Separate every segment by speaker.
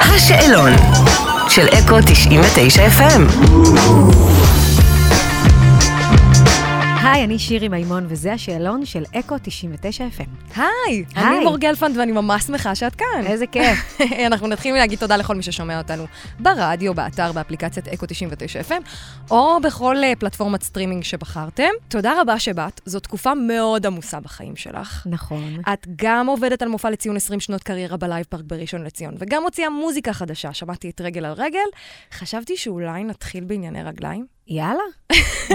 Speaker 1: השאלון של אקו 99 FM.
Speaker 2: היי, אני שירי מימון, וזה השאלון של אקו 99 FM.
Speaker 3: היי,
Speaker 2: היי.
Speaker 3: אני מור גלפנד ואני ממש שמחה שאת כאן.
Speaker 2: איזה כיף.
Speaker 3: אנחנו נתחיל מלהגיד תודה לכל מי ששומע אותנו ברדיו, באתר, באפליקציית אקו 99 FM, או בכל אה, פלטפורמת סטרימינג שבחרתם. תודה רבה שבאת, זו תקופה מאוד עמוסה בחיים שלך.
Speaker 2: נכון.
Speaker 3: את גם עובדת על מופע לציון 20 שנות קריירה בלייב פארק בראשון לציון, וגם הוציאה מוזיקה חדשה, שמעתי את רגל על רגל. חשבתי שאולי נתחיל בענייני רגליים.
Speaker 2: יאללה.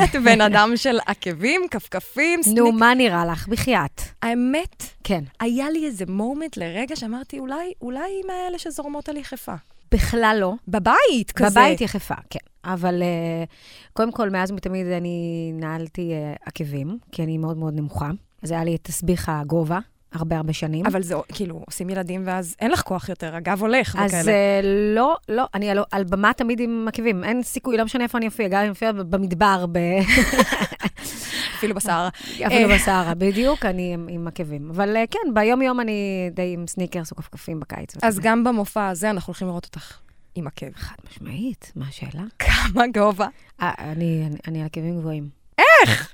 Speaker 3: את בן אדם של עקבים, כפכפים, סניק.
Speaker 2: נו, מה נראה לך? בחייאת.
Speaker 3: האמת,
Speaker 2: כן.
Speaker 3: היה לי איזה מומנט לרגע שאמרתי, אולי, אולי היא מאלה שזורמות על יחפה.
Speaker 2: בכלל לא.
Speaker 3: בבית, כזה.
Speaker 2: בבית יחפה, כן. אבל אה, קודם כל, מאז ומתמיד אני נעלתי אה, עקבים, כי אני מאוד מאוד נמוכה. אז היה לי את תסביך הגובה, הרבה הרבה שנים.
Speaker 3: אבל זה, כאילו, עושים ילדים ואז אין לך כוח יותר, הגב הולך
Speaker 2: אז
Speaker 3: וכאלה.
Speaker 2: אה, לא, לא, אני על, על במה תמיד עם עקבים. אין סיכוי, לא משנה איפה אני אופיע, גם אם אני אופיע במדבר, ב...
Speaker 3: אפילו בסערה.
Speaker 2: אפילו
Speaker 3: אה.
Speaker 2: בסערה, בדיוק, אני עם, עם עקבים. אבל אה, כן, ביום-יום אני די עם סניקרס או כפכפים בקיץ.
Speaker 3: אז גם במופע הזה אנחנו הולכים לראות אותך עם עקב.
Speaker 2: חד משמעית, מה השאלה?
Speaker 3: כמה גובה.
Speaker 2: אה, אני, אני, אני על עקבים גבוהים. איך?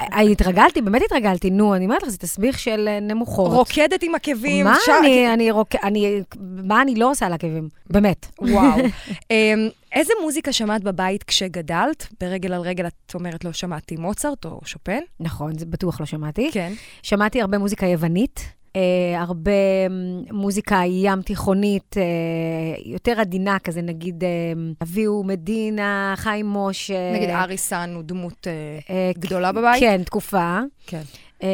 Speaker 2: התרגלתי, באמת התרגלתי. נו, אני אומרת לך, זה תסביך של אה, נמוכות.
Speaker 3: רוקדת עם עקבים.
Speaker 2: מה
Speaker 3: ש-
Speaker 2: אני, אני, רוק... אני, מה אני לא עושה על עקבים? באמת.
Speaker 3: וואו. אמ, איזה מוזיקה שמעת בבית כשגדלת? ברגל על רגל את אומרת לא שמעתי מוצרט או שופן?
Speaker 2: נכון, זה בטוח לא שמעתי.
Speaker 3: כן.
Speaker 2: שמעתי הרבה מוזיקה יוונית, אה, הרבה מ, מוזיקה ים תיכונית, אה, יותר עדינה כזה, נגיד אה, אביהו מדינה, חיים משה.
Speaker 3: נגיד אריסן הוא דמות אה,
Speaker 2: אה,
Speaker 3: גדולה בבית?
Speaker 2: כן, תקופה.
Speaker 3: כן.
Speaker 2: אה,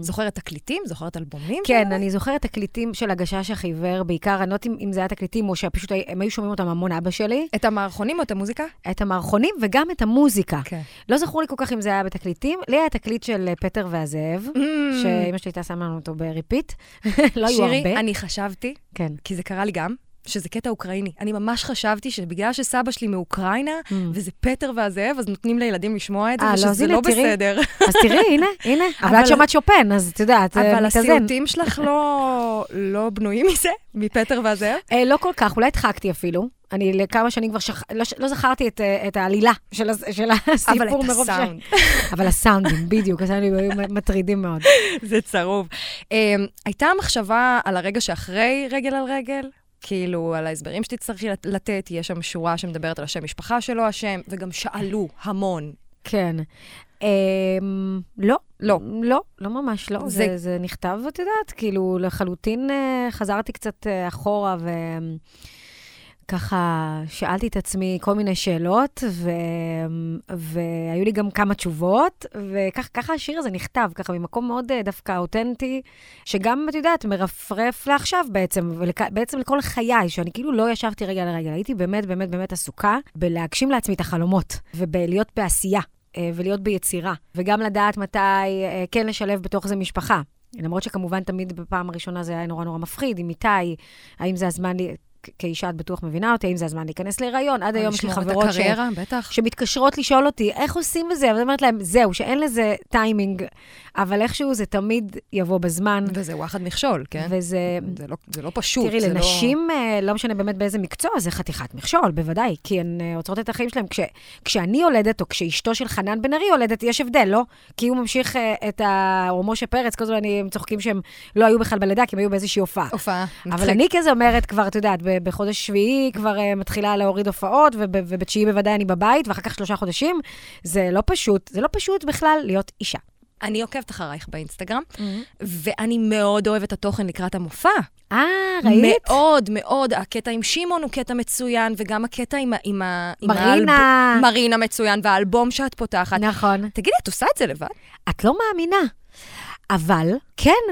Speaker 3: זוכרת תקליטים? זוכרת אלבומים?
Speaker 2: כן, אני זוכרת תקליטים של הגשש החיוור, בעיקר, אני לא יודעת אם- אם זה היה תקליטים או שפשוט הי- הם היו שומעים אותם המון אבא שלי,
Speaker 3: את המערכונים או את המוזיקה?
Speaker 2: את המערכונים וגם את המוזיקה.
Speaker 3: כן.
Speaker 2: לא זכור לי כל כך אם זה היה בתקליטים. לי היה תקליט של אה, פטר והזאב,
Speaker 3: Mm,
Speaker 2: שאימא שלי הייתה שמה לנו אותו בריפיט. לא היו הרבה.
Speaker 3: שירי, אני חשבתי,
Speaker 2: כן.
Speaker 3: כי זה קרה לי גם, שזה קטע אוקראיני. אני ממש חשבתי שבגלל שסבא שלי מאוקראינה, וזה פטר והזאב, אז נותנים לילדים לשמוע את זה,
Speaker 2: Mm. אה, לא, אז
Speaker 3: ושזה
Speaker 2: הנה,
Speaker 3: לא
Speaker 2: תראי.
Speaker 3: בסדר.
Speaker 2: אז תראי, הנה, הנה. אבל
Speaker 3: אבל-
Speaker 2: את שמעת שופן, אז את יודעת, אה,
Speaker 3: אבל
Speaker 2: מתאזן.
Speaker 3: הסיוטים שלך לא- לא בנויים מזה, מפטר והזאב?
Speaker 2: אה, לא כל כך, אולי הדחקתי אפילו. אני לכמה שנים כבר שכ... לא, ש- לא זכרתי את, אה, את העלילה של, הס- של הסיפור
Speaker 3: אבל את
Speaker 2: מרוב ש-
Speaker 3: הסאונד.
Speaker 2: אבל הסאונדים, בדיוק, הסאונדים היו מטרידים מאוד.
Speaker 3: זה צרוב. אמ, הייתה מחשבה על הרגע שאחרי רגל על רגל? כאילו, על ההסברים שתצטרכי לת- לתת, יש שם שורה שמדברת על השם משפחה שלו, השם, וגם שאלו המון.
Speaker 2: כן. אמ, לא,
Speaker 3: לא.
Speaker 2: לא, לא ממש לא.
Speaker 3: זה-
Speaker 2: זה, זה נכתב, את יודעת, כאילו לחלוטין אה, חזרתי קצת אה, אחורה וככה שאלתי את עצמי כל מיני שאלות, ו... והיו לי גם כמה תשובות, וככה השיר הזה נכתב, ככה ממקום מאוד אה, דווקא אותנטי, שגם, את יודעת, מרפרף לעכשיו בעצם, ובעצם לכל חיי, שאני כאילו לא ישבתי רגע לרגע, הייתי באמת באמת באמת עסוקה בלהגשים לעצמי את החלומות, ובלהיות בעשייה, אה, ולהיות ביצירה, וגם לדעת מתי אה, כן לשלב בתוך זה משפחה. למרות שכמובן תמיד בפעם הראשונה זה היה נורא נורא מפחיד, עם איתי, האם זה הזמן לי... כ- כאישה את בטוח מבינה אותי, האם זה הזמן להיכנס להיריון. עד היום יש לי
Speaker 3: לשמור את
Speaker 2: חברות ש...
Speaker 3: הקריירה, בטח.
Speaker 2: שמתקשרות לשאול אותי, איך עושים את זה? ואני אומרת להם, זהו, שאין לזה טיימינג, אבל איכשהו זה תמיד יבוא בזמן.
Speaker 3: וזה וואחד מכשול, כן?
Speaker 2: וזה,
Speaker 3: זה לא, זה לא פשוט.
Speaker 2: תראי,
Speaker 3: זה לא-
Speaker 2: לנשים, אה, לא משנה באמת באיזה מקצוע, זה חתיכת מכשול, בוודאי, כי הן אה, עוצרות את החיים שלהן. כש- כשאני יולדת, או כשאשתו של חנן בן ארי יולדת, יש הבדל, לא? כי הוא ממשיך אה, את ה... או משה פרץ, כל הזמן אני- הם צוחקים שהם לא היו בכלל בלידה, כי הם היו באיזושהי הופעה.
Speaker 3: הופעה.
Speaker 2: אבל
Speaker 3: מצחיק.
Speaker 2: אני כזה אומרת כבר, את יודעת, ב- בחודש שביעי כבר אה, מתחילה להוריד הופעות, וב- ובתשיעי בוודאי אני בבית, ואחר כך שלושה חודשים. זה לא פשוט, זה לא פשוט בכלל להיות אישה.
Speaker 3: אני עוקבת אחרייך באינסטגרם,
Speaker 2: Mm-hmm.
Speaker 3: ואני מאוד אוהבת את התוכן לקראת המופע.
Speaker 2: אה, ראית?
Speaker 3: מאוד, מאוד. הקטע עם שמעון הוא קטע מצוין, וגם הקטע עם, ה- עם, ה- עם
Speaker 2: מרינה.
Speaker 3: האלב- מרינה מצוין, והאלבום שאת פותחת.
Speaker 2: נכון.
Speaker 3: תגידי, את עושה את זה לבד?
Speaker 2: את לא מאמינה, אבל כן.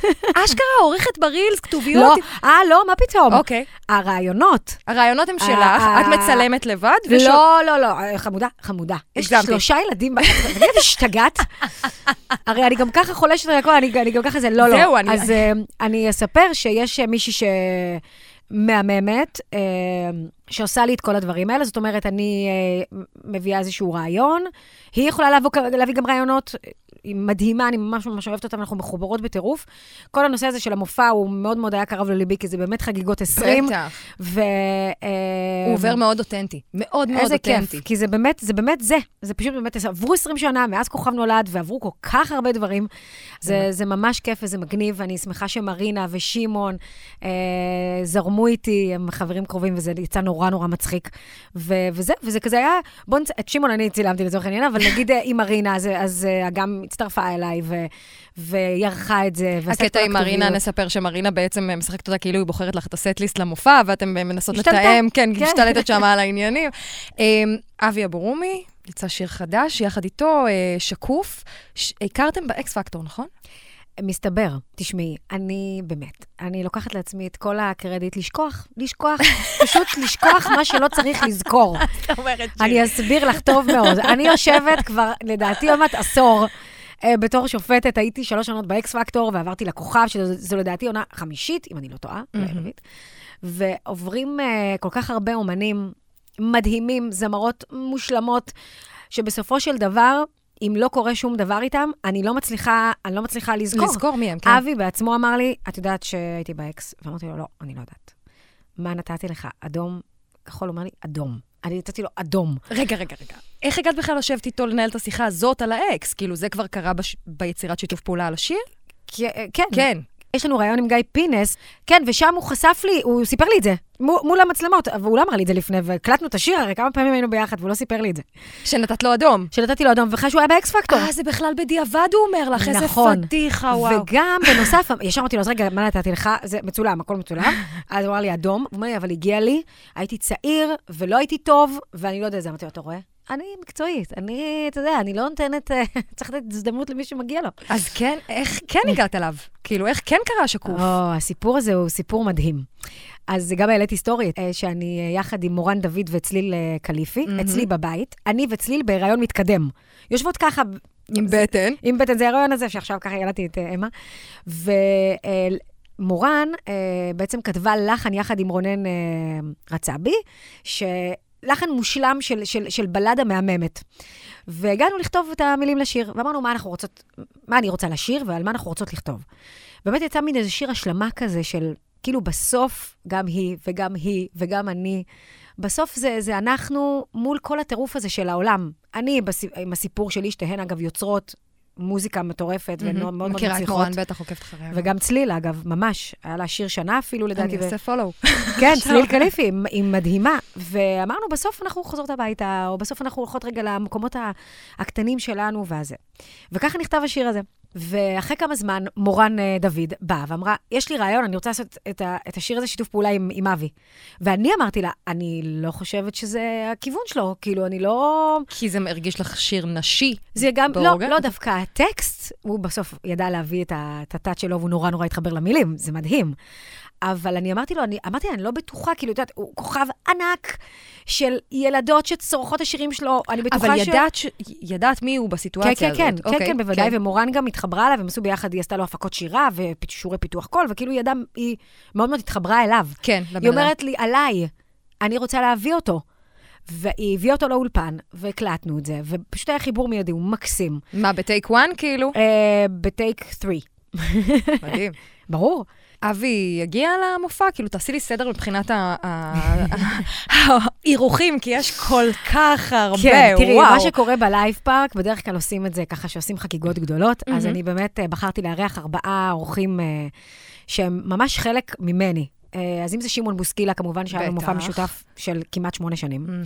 Speaker 3: אשכרה אה, עורכת ברילס,
Speaker 2: לא,
Speaker 3: כתוביות.
Speaker 2: אה, לא, מה פתאום?
Speaker 3: אוקיי.
Speaker 2: הרעיונות.
Speaker 3: הרעיונות הם שלך,
Speaker 2: אה,
Speaker 3: את
Speaker 2: אה.
Speaker 3: מצלמת לבד? וש-
Speaker 2: לא, לא, לא, אה, חמודה, חמודה. יש לי
Speaker 3: הגזמתי.
Speaker 2: שלושה ילדים, תגידי, את השתגעת? הרי אני גם ככה חולשת על הכל, אני אני גם ככה זה, לא, לא.
Speaker 3: זהו, אני-
Speaker 2: אז אה, אני אספר שיש אה, מישהי שמהממת, אה, שעושה לי את כל הדברים האלה, זאת אומרת, אני אה, מביאה איזשהו רעיון, היא יכולה לבוא, להביא גם רעיונות, אה, היא מדהימה, אני ממש ממש אוהבת אותה, אנחנו מחוברות בטירוף. כל הנושא הזה של המופע הוא מאוד מאוד היה קרב לליבי, כי זה באמת חגיגות 20.
Speaker 3: בטח.
Speaker 2: ו... אה,
Speaker 3: הוא עובר מאוד אותנטי. מאוד מאוד
Speaker 2: איזה
Speaker 3: אותנטי.
Speaker 2: כיף, כי זה באמת, זה באמת זה. זה פשוט באמת, עברו 20 שנה מאז כוכב נולד, ועברו כל כך הרבה דברים. זה, זה ממש כיף וזה מגניב, ואני שמחה שמרינה ושמעון אה, זרמו איתי, הם חברים קרובים, וזה יצא נורא נורא מצחיק. ו, וזהו, וזה כזה היה, בוא נצ... את שמעון אני צילמתי לצורך העניין, אבל נגיד אה, עם מרינה, אז, אז אה, גם הצטרפה אליי, ו, וירחה את זה, ועשתה את כל
Speaker 3: הקטע עם מרינה,
Speaker 2: הכתוביות.
Speaker 3: נספר שמרינה בעצם משחקת אותה כאילו היא בוחרת לך את הסט-ליסט למופע, ואתם אה, מנסות
Speaker 2: השתלטה.
Speaker 3: לתאם, כן,
Speaker 2: כן.
Speaker 3: היא משתלטת שם על העניינים. אמ, אבי אבורומי, יצא שיר חדש, יחד איתו אה, שקוף. ש- הכרתם באקס פקטור, נכון?
Speaker 2: מסתבר, תשמעי, אני באמת, אני לוקחת לעצמי את כל הקרדיט לשכוח, לשכוח, פשוט לשכוח מה שלא צריך לזכור.
Speaker 3: זאת אומרת
Speaker 2: אני אסביר לך טוב מאוד. אני יושבת כבר, לדעתי, עוד מעט עשור. אה, בתור שופטת הייתי שלוש עונות באקס פקטור ועברתי לכוכב, שזו לדעתי עונה חמישית, אם אני לא טועה, אולי
Speaker 3: מהמם.
Speaker 2: רביעית. ועוברים אה, כל כך הרבה אומנים מדהימים, זמרות מושלמות, שבסופו של דבר, אם לא קורה שום דבר איתם, אני לא מצליחה, אני לא מצליחה לזכור.
Speaker 3: לזכור מי הם, כן.
Speaker 2: אבי בעצמו אמר לי, את יודעת שהייתי באקס? ואמרתי לו, לא, אני לא יודעת. מה נתתי לך? אדום? כחול הוא אומר לי, אדום. אני נתתי לו אדום.
Speaker 3: רגע, רגע, רגע. איך הגעת בכלל לשבת איתו לנהל את השיחה הזאת על האקס? כאילו, זה כבר קרה בש... ביצירת שיתוף פעולה על השיר?
Speaker 2: כי- כן.
Speaker 3: כן.
Speaker 2: יש לנו ראיון עם גיא פינס, כן, ושם הוא חשף לי, הוא סיפר לי את זה, מול, מול המצלמות, אבל הוא לא אמר לי את זה לפני, והקלטנו את השיר, הרי כמה פעמים היינו ביחד, והוא לא סיפר לי את זה.
Speaker 3: שנתת לו אדום.
Speaker 2: שנתתי לו אדום, ואחרי שהוא היה באקס פקטור.
Speaker 3: אה, זה בכלל בדיעבד, הוא אומר לך, איזה
Speaker 2: נכון.
Speaker 3: פדיחה, אה, וואו.
Speaker 2: וגם, בנוסף, ישר אמרתי לו, אז רגע, מה נתתי לך? זה מצולם, הכל מצולם. אז הוא אמר לי, אדום. הוא אומר לי, אבל הגיע לי, הייתי צעיר, ולא הייתי טוב, ואני לא יודע את זה. אמרתי לו, אתה רואה? אני מקצועית, אני, אתה יודע, אני לא נותנת, אה, צריך לתת הזדמנות למי שמגיע לו.
Speaker 3: אז כן, איך כן הגעת אליו? כאילו, איך כן קרה השקוף?
Speaker 2: או, לא, הסיפור הזה הוא סיפור מדהים. אז גם העליתי סטורי, אה, שאני אה, יחד עם מורן דוד וצליל אה, קליפי,
Speaker 3: מהמם.
Speaker 2: אצלי בבית, אני וצליל בהיריון מתקדם. יושבות ככה...
Speaker 3: עם בטן.
Speaker 2: עם בטן, זה ההיריון הזה, שעכשיו ככה ילדתי את אה, אמה. ומורן אה, בעצם כתבה לחן יחד עם רונן אה, רצאבי, שלחן מושלם של, של, של בלדה מהממת. והגענו לכתוב את המילים לשיר, ואמרנו מה אנחנו רוצות, מה אני רוצה לשיר ועל מה אנחנו רוצות לכתוב. באמת יצא מין איזה שיר השלמה כזה של, כאילו בסוף גם היא וגם היא וגם אני. בסוף זה, זה אנחנו מול כל הטירוף הזה של העולם. אני בס... עם הסיפור שלי, שתיהן אגב יוצרות מוזיקה מטורפת mm-hmm. ומאוד מאוד
Speaker 3: מכירה את
Speaker 2: מצליחות.
Speaker 3: מורן, בטח עוקבת אחריה.
Speaker 2: וגם צליל, אגב, ממש. היה לה שיר שנה אפילו, לדעתי.
Speaker 3: אני
Speaker 2: ו-
Speaker 3: אעשה פולו.
Speaker 2: כן, צליל קליפי, היא- היא מדהימה. ואמרנו, בסוף אנחנו חוזרות הביתה, או בסוף אנחנו הולכות רגע למקומות ה- הקטנים שלנו והזה. וככה נכתב השיר הזה. ואחרי כמה זמן, מורן אה, דוד באה ואמרה, יש לי רעיון, אני רוצה לעשות את, ה- את השיר הזה שיתוף פעולה עם, עם אבי. ואני אמרתי לה, אני לא חושבת שזה הכיוון שלו, כאילו, אני לא...
Speaker 3: כי זה הרגיש לך שיר נשי.
Speaker 2: זה גם, לא,
Speaker 3: בהורגה?
Speaker 2: לא דווקא הטקסט, הוא בסוף ידע להביא את ה- את הטאט שלו, והוא נורא נורא התחבר למילים, זה מדהים. אבל אני אמרתי לו, אני, אמרתי לה, אני לא בטוחה, כאילו, את יודעת, הוא כוכב ענק של ילדות שצורכות את השירים שלו, אני בטוחה
Speaker 3: אבל
Speaker 2: ש...
Speaker 3: ידעת ש- ידעת מי הוא
Speaker 2: כן,
Speaker 3: בסיטואציה
Speaker 2: כן,
Speaker 3: הזאת.
Speaker 2: כן, כן,
Speaker 3: אוקיי,
Speaker 2: כן, בוודאי, ומורן גם התחברה אליו, הם עשו ביחד, היא עשתה לו הפקות שירה ושיעורי פיתוח קול, וכאילו היא ידעה, היא מאוד מאוד התחברה אליו.
Speaker 3: כן, לבן
Speaker 2: היא
Speaker 3: אדם.
Speaker 2: אומרת לי, עליי, אני רוצה להביא אותו. והיא הביאה אותו לאולפן, והקלטנו את זה, ופשוט היה חיבור מיידי, הוא מקסים.
Speaker 3: מה, בטייק וואן כאילו?
Speaker 2: אה, בטייק 3.
Speaker 3: מדהים.
Speaker 2: ברור.
Speaker 3: כן, אבי יגיע למופע? כאילו, תעשי לי סדר מבחינת ה- ה- האירוחים, כי יש כל כך הרבה,
Speaker 2: כן, תראי,
Speaker 3: וואו.
Speaker 2: מה שקורה בלייב פארק, בדרך כלל עושים את זה ככה שעושים חגיגות גדולות, אז אני באמת אה, בחרתי לארח ארבעה אורחים אה, שהם ממש חלק ממני. אה, אז אם זה שמעון בוסקילה, כמובן שהיה לו מופע
Speaker 3: בטח.
Speaker 2: משותף של כמעט שמונה שנים.
Speaker 3: מהמם.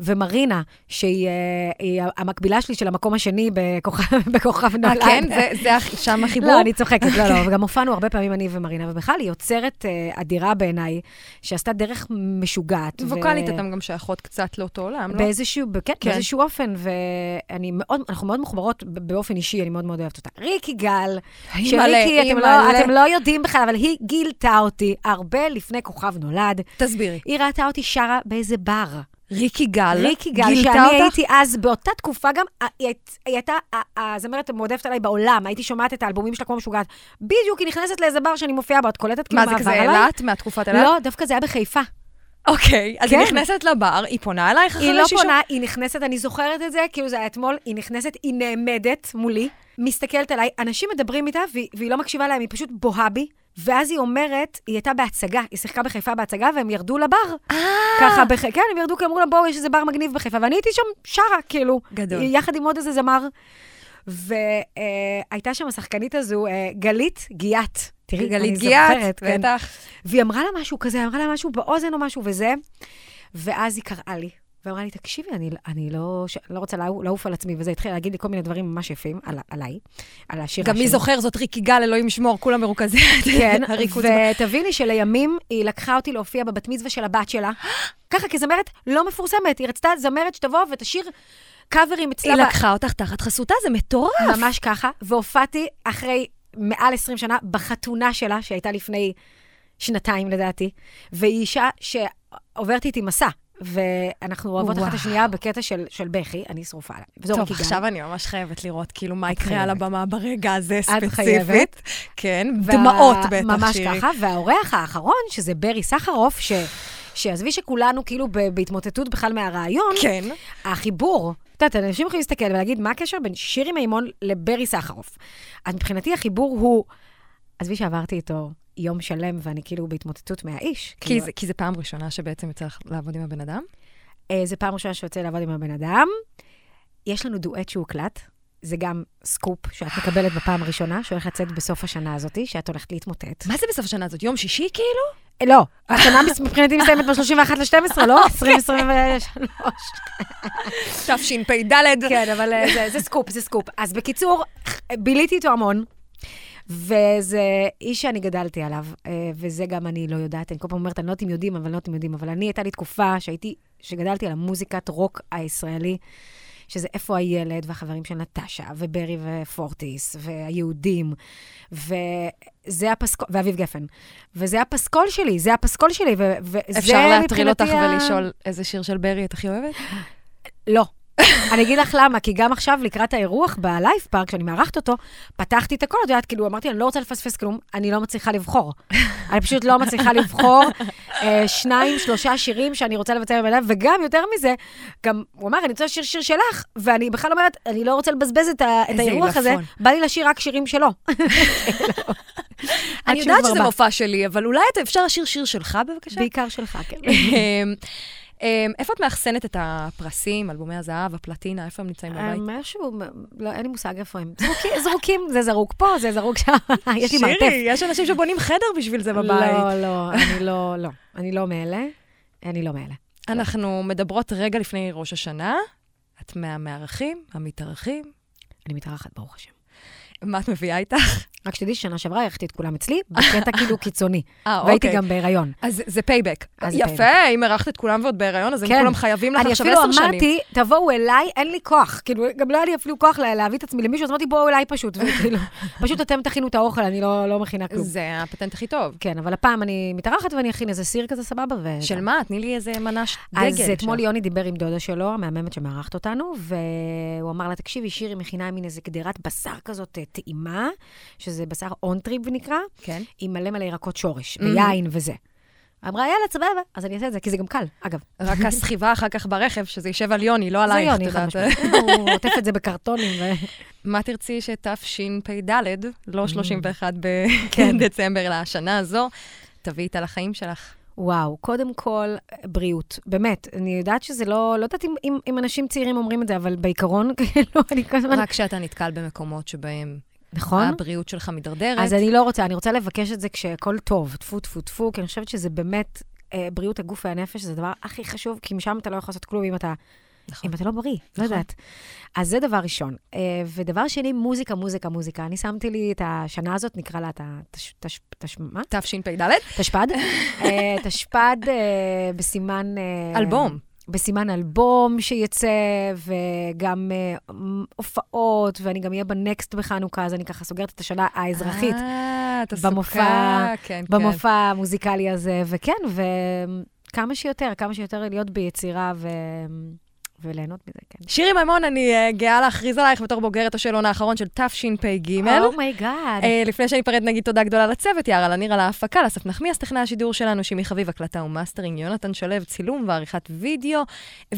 Speaker 2: ומרינה, שהיא אה, היא המקבילה שלי של המקום השני בכוכב- בכוכב
Speaker 3: אה,
Speaker 2: נולד.
Speaker 3: כן? זה- זה הח- שם החיבור?
Speaker 2: לא, אני צוחקת, לא, לא, וגם הופענו הרבה פעמים אני ומרינה, ובכלל היא יוצרת אה, אדירה בעיניי, שעשתה דרך משוגעת. ו-
Speaker 3: ווקאלית, אתם גם שייכות קצת לאותו עולם, לא?
Speaker 2: באיזשהו, ב- כן,
Speaker 3: כן.
Speaker 2: באיזשהו אופן, ואני מאוד, אנחנו מאוד מחוברות ב- באופן אישי, אני מאוד מאוד אוהבת אותה. ריקי גל,
Speaker 3: היא מלא,
Speaker 2: שריקי,
Speaker 3: היא
Speaker 2: אתם לא,
Speaker 3: מלא.
Speaker 2: אתם לא יודעים בכלל, אבל היא גילתה אותי הרבה לפני כוכב נולד.
Speaker 3: תסבירי.
Speaker 2: היא ראתה אותי שרה באיזה בר.
Speaker 3: ריקי גל,
Speaker 2: ריקי גל,
Speaker 3: גילתה
Speaker 2: שאני
Speaker 3: אותך?
Speaker 2: הייתי אז, באותה תקופה גם, אה, היא היית- היא הייתה ה- הזמרת המועדפת עליי בעולם, הייתי שומעת את האלבומים שלה כמו משוגעת. בדיוק, היא נכנסת לאיזה בר שאני מופיעה בו, את קולטת כאילו
Speaker 3: מה,
Speaker 2: מה
Speaker 3: זה
Speaker 2: עבר
Speaker 3: כזה
Speaker 2: עליי?
Speaker 3: אילת? מהתקופת אילת?
Speaker 2: לא, דווקא זה היה בחיפה.
Speaker 3: אוקיי, אז היא
Speaker 2: כן.
Speaker 3: נכנסת לבר, היא פונה אלייך אחרי
Speaker 2: היא לא
Speaker 3: שהיא
Speaker 2: פונה, היא נכנסת, אני זוכרת את זה, כאילו זה היה אתמול, היא נכנסת, היא נעמדת מולי, מסתכלת עליי, אנשים מדברים איתה והיא, והיא לא מקשיבה להם, היא פשוט בוהה בי, ואז היא אומרת, היא הייתה בהצגה, היא שיחקה בחיפה בהצגה, והם ירדו לבר.
Speaker 3: אה.
Speaker 2: ככה, בח... כן, הם ירדו, כי אמרו לה, בואו, יש איזה בר מגניב בחיפה, ואני הייתי שם שרה, כאילו.
Speaker 3: גדול.
Speaker 2: יחד עם עוד איזה זמר. והייתה שם השחקנית הזו, אה, גלית גיאת. תראי, אני
Speaker 3: גלית גיאת,
Speaker 2: זוכרת, כן.
Speaker 3: בטח.
Speaker 2: והיא אמרה לה משהו כזה, אמרה לה משהו באוזן או משהו וזה, ואז היא קראה לי. ואמרה לי, תקשיבי, אני, אני לא, ש... לא רוצה לעו- לעוף על עצמי, וזה התחיל להגיד לי כל מיני דברים ממש יפים על, עליי, על השירה
Speaker 3: גם מי
Speaker 2: שלי.
Speaker 3: זוכר, זאת ריקי גל, אלוהים ישמור, כולם מרוכזים.
Speaker 2: כן,
Speaker 3: הריקוד זמן.
Speaker 2: ותביני שלימים היא לקחה אותי להופיע בבת מצווה של הבת שלה, ככה כזמרת לא מפורסמת, היא רצתה זמרת שתבוא ותשיר קאברים אצלה.
Speaker 3: היא
Speaker 2: ב-
Speaker 3: לקחה אותך תחת חסותה, זה מטורף.
Speaker 2: ממש ככה, והופעתי אחרי מעל 20 שנה בחתונה שלה, שהייתה לפני שנתיים לדעתי, והיא אישה שעוברת איתי מסע, ואנחנו אוהבות אחת את
Speaker 3: וואו.
Speaker 2: השנייה בקטע של, של בכי, אני שרופה עליה. וזו
Speaker 3: טוב,
Speaker 2: ריקי גל.
Speaker 3: עכשיו אני ממש חייבת לראות, כאילו, מה
Speaker 2: את
Speaker 3: יקרה על
Speaker 2: חייבת.
Speaker 3: הבמה ברגע הזה ספציפית.
Speaker 2: חייבת.
Speaker 3: כן,
Speaker 2: וה-
Speaker 3: דמעות בטח,
Speaker 2: ממש
Speaker 3: שירי.
Speaker 2: ככה, והאורח האחרון, שזה ברי סחרוף, ש... שעזבי שכולנו כאילו ב- בהתמוטטות בכלל מהרעיון,
Speaker 3: כן.
Speaker 2: החיבור, את יודעת, אנשים יכולים להסתכל ולהגיד, מה הקשר בין שירי מימון לברי סחרוף? אז מבחינתי החיבור הוא, עזבי שעברתי איתו יום שלם ואני כאילו בהתמוטטות מהאיש.
Speaker 3: כי
Speaker 2: כאילו,
Speaker 3: זה- כי זה פעם ראשונה שבעצם יצא לך לעבוד עם הבן אדם?
Speaker 2: אה, זה פעם ראשונה שיוצא לעבוד עם הבן אדם. יש לנו דואט שהוקלט, זה גם סקופ שאת מקבלת בפעם הראשונה, שהולך לצאת בסוף השנה הזאת, שאת הולכת להתמוטט.
Speaker 3: מה זה בסוף השנה הזאת? יום שישי כאילו?
Speaker 2: אה, לא, השנה מס- מבחינתי מסתיימת ב-31 ל-12, לא?
Speaker 3: אוקיי.
Speaker 2: 2023.
Speaker 3: תשפ"ד.
Speaker 2: כן, אבל אה, זה- זה סקופ, זה סקופ. אז בקיצור, ביליתי איתו המון. וזה איש שאני גדלתי עליו, אה, וזה גם אני לא יודעת, אני כל פעם אומרת, אני לא יודעת אם יודעים, אבל אני לא יודעת אם יודעים, אבל אני, הייתה לי תקופה שהייתי, שגדלתי על המוזיקת רוק הישראלי, שזה איפה הילד והחברים של נטשה, וברי ופורטיס, והיהודים, וזה הפסקול, ואביב גפן. וזה הפסקול שלי, זה הפסקול שלי, ו- וזה
Speaker 3: אפשר להטריל אותך
Speaker 2: מבחינתי ה-
Speaker 3: ולשאול איזה שיר של ברי את הכי אוהבת?
Speaker 2: לא. אני אגיד לך למה, כי גם עכשיו, לקראת האירוח בלייב פארק, שאני מארחת אותו, פתחתי את הכל, את יודעת, כאילו, אמרתי, אני לא רוצה לפספס כלום, אני לא מצליחה לבחור. אני פשוט לא מצליחה לבחור אה, שניים, שלושה שירים שאני רוצה לבצע בבן אדם, וגם יותר מזה, גם, הוא אמר, אני רוצה לשיר שיר שלך, ואני בכלל אומרת, אני לא רוצה לבזבז את, ה- את
Speaker 3: איזה
Speaker 2: האירוח הזה,
Speaker 3: עילפון.
Speaker 2: בא לי לשיר רק שירים שלו.
Speaker 3: אני
Speaker 2: שהוא
Speaker 3: יודעת
Speaker 2: כבר
Speaker 3: שזה
Speaker 2: בא.
Speaker 3: מופע שלי, אבל אולי אתה- אפשר לשיר שיר שלך בבקשה?
Speaker 2: בעיקר שלך, כן.
Speaker 3: אמ, אמ, איפה את מאחסנת את הפרסים, אלבומי הזהב, הפלטינה, איפה הם נמצאים
Speaker 2: אמ,
Speaker 3: בבית?
Speaker 2: אה, משהו, לא, אין לי מושג איפה הם. זרוקים- זרוקים, זה זרוק פה, זה זרוק שם, יש לי מרתף.
Speaker 3: שירי, יש אנשים שבונים חדר בשביל זה
Speaker 2: לא,
Speaker 3: בבית.
Speaker 2: לא, אני לא, לא. אני לא מאלה. אני לא מאלה.
Speaker 3: אנחנו מדברות רגע לפני ראש השנה. את מהמארחים, המתארחים.
Speaker 2: אני מתארחת, ברוך השם.
Speaker 3: מה את מביאה איתך?
Speaker 2: רק שתדעי ששנה שעברה הארחתי את כולם אצלי, בקטע כאילו קיצוני.
Speaker 3: אה,
Speaker 2: והייתי
Speaker 3: אוקיי.
Speaker 2: גם בהיריון.
Speaker 3: אז זה פייבק.
Speaker 2: אז זה כן.
Speaker 3: יפה, אם ארחת את כולם ועוד בהיריון, אז הם כולם חייבים לך
Speaker 2: אני
Speaker 3: עכשיו
Speaker 2: אפילו
Speaker 3: עשר שנים.
Speaker 2: אמרתי, תבואו אליי, אין לי כוח. כאילו, גם לא היה לי אפילו כוח לה- להביא את עצמי למישהו, אז אמרתי, בואו אליי פשוט. וכאילו, פשוט אתם תכינו את האוכל, אני לא לא מכינה כלום.
Speaker 3: זה הפטנט הכי טוב.
Speaker 2: כן, אבל הפעם אני מתארחת ואני אכין איזה סיר כזה סבבה. ו-
Speaker 3: של מה? תני לי איזה מנה ש- דגל.
Speaker 2: אז
Speaker 3: אפשר.
Speaker 2: אתמול יוני דיבר עם דודה שלו, המהממת שמארחת אותנו, והוא אמר לה, תקשיבי, שירי מכינה מין איזה גדרת בשר כזאת אה, טעימה, שזה בשר אונטריב נקרא,
Speaker 3: כן.
Speaker 2: עם מלא מלא ירקות שורש, ויין וזה. אמרה, יאללה, סבבה, אז אני אעשה את זה, כי זה גם קל, אגב.
Speaker 3: רק הסחיבה אחר כך ברכב, שזה יישב על יוני, לא
Speaker 2: זה
Speaker 3: עלייך, את
Speaker 2: יוני, חד
Speaker 3: יודעת.
Speaker 2: משמעית. הוא עוטף את זה בקרטונים. ו-
Speaker 3: מה תרצי שתשפ"ד, לא 31
Speaker 2: Mm. כן.
Speaker 3: בדצמבר, אלא השנה הזו, תביא איתה לחיים שלך.
Speaker 2: וואו, קודם כל, בריאות. באמת, אני יודעת שזה לא, לא יודעת אם, אם, אם אנשים צעירים אומרים את זה, אבל בעיקרון, כאילו, אני כל הזמן...
Speaker 3: רק כשאתה נתקל במקומות שבהם
Speaker 2: נכון?
Speaker 3: הבריאות שלך מידרדרת.
Speaker 2: אז אני לא רוצה, אני רוצה לבקש את זה כשהכול טוב, טפו, טפו, טפו, כי אני חושבת שזה באמת, אה, בריאות הגוף והנפש זה הדבר הכי חשוב, כי משם אתה לא יכול לעשות כלום אם אתה,
Speaker 3: נכון.
Speaker 2: אם אתה לא בריא, לא יודעת. אז זה דבר ראשון. אה, ודבר שני, מוזיקה, מוזיקה, מוזיקה. אני שמתי לי את השנה הזאת, נקרא לה את ה... תש- תש- תש- מה?
Speaker 3: תשפ"ד?
Speaker 2: תשפ"ד? אה, תשפ"ד אה, בסימן... אה,
Speaker 3: אלבום.
Speaker 2: בסימן אלבום שיצא, וגם אה, הופעות, ואני גם אהיה בנקסט בחנוכה, אז אני ככה סוגרת את השנה האזרחית.
Speaker 3: אה, את עסוקה.
Speaker 2: במופע,
Speaker 3: כן, כן.
Speaker 2: במופע המוזיקלי הזה, וכן, וכמה שיותר, כמה שיותר להיות ביצירה ו... וליהנות מזה, כן.
Speaker 4: שירי מימון, אני אה, גאה להכריז עלייך בתור בוגרת השאלון האחרון של תשפ"ג.
Speaker 2: נכון. Oh אומייגאד.
Speaker 4: אה, לפני שניפרד נגיד תודה גדולה לצוות, יערה לניר על ההפקה, לאסף נחמיאס, טכנאי השידור שלנו, שימי חביב, הקלטה ומאסטרינג, יונתן שלו, צילום ועריכת וידאו.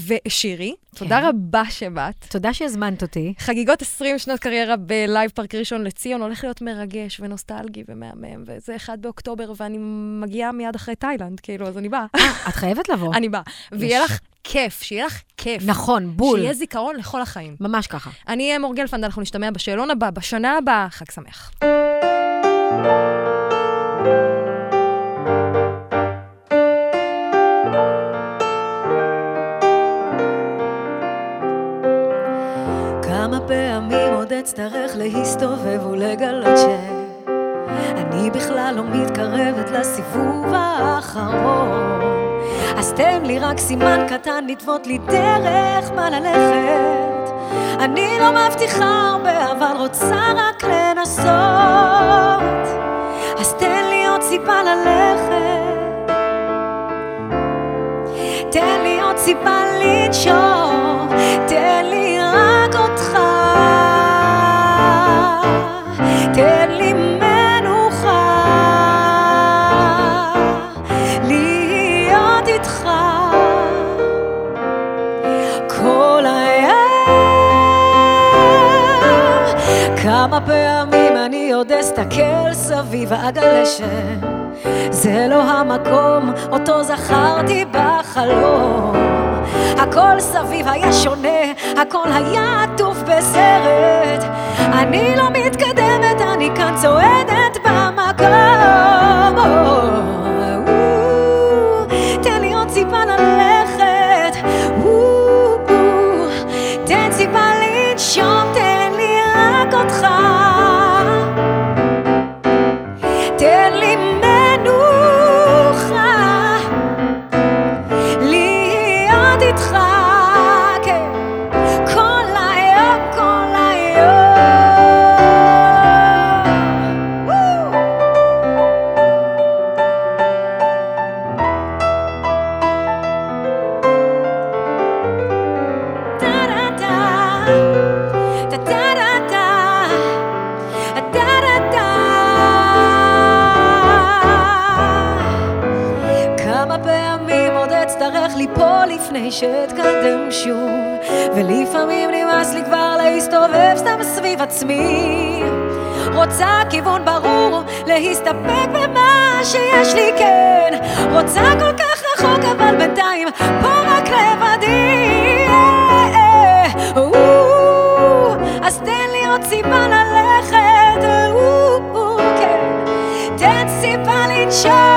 Speaker 4: ושירי,
Speaker 2: כן.
Speaker 4: תודה רבה שבאת.
Speaker 2: תודה שהזמנת אותי.
Speaker 4: חגיגות 20 שנות קריירה בלייב פארק ראשון לציון הולך להיות מרגש ונוסטלגי ומהמם, וזה 1 באוקטובר, ואני מגיעה מיד אחרי תאילנד, כאילו, אז אני באה.
Speaker 2: את חייבת לבוא.
Speaker 4: אני באה. ויהיה לך כיף, שיהיה לך כיף.
Speaker 2: אוקיי. נכון, בול.
Speaker 4: שיהיה זיכרון לכל החיים.
Speaker 2: ממש ככה.
Speaker 4: אני אהיה מור גלפנד, אנחנו נשתמע בשאלון הבא, בשנה הבאה, חג שמח.
Speaker 3: כמה פעמים עוד אצטרך להסתובב ולגלות ש... אני בכלל לא מתקרבת לסיבוב האחרון. אז תן לי רק סימן קטן לתוות לי דרך מה ללכת. אני לא מבטיחה הרבה, אבל רוצה רק לנסות. אז תן לי עוד סיבה ללכת. תן לי עוד סיבה לנשום, תן לי רק אותך. תן לי מנוחה, להיות איתך. כל הערב. כמה פעמים אני עוד אסתכל סביב ואגלה שזה לא המקום אותו זכרתי בחלום. הכל סביב היה שונה, הכל היה עטוף בסרט. אני לא מתקדמת, אני כאן צועדת במקום. או, תן לי עוד סיבה ללכת. או, תן סיבה לנשום, תן לי רק אותך. תן לי מנוחה, להיות איתך, כן. כל היום, כל היום. וואו. טה-טה-טה, טה-טה-טה, טה-טה-טה. כמה פעמים עוד אצטרך ליפול לפני שאתקדם שוב ולפעמים נמאס לי כבר להסתובב סתם סביב עצמי רוצה כיוון ברור להסתפק במה שיש לי כן רוצה כל כך רחוק אבל בינתיים פה רק לבדי אה, אה, או, אז תן לי עוד סיבה ללכת אה, או, כן תן סיבה לנשום כן.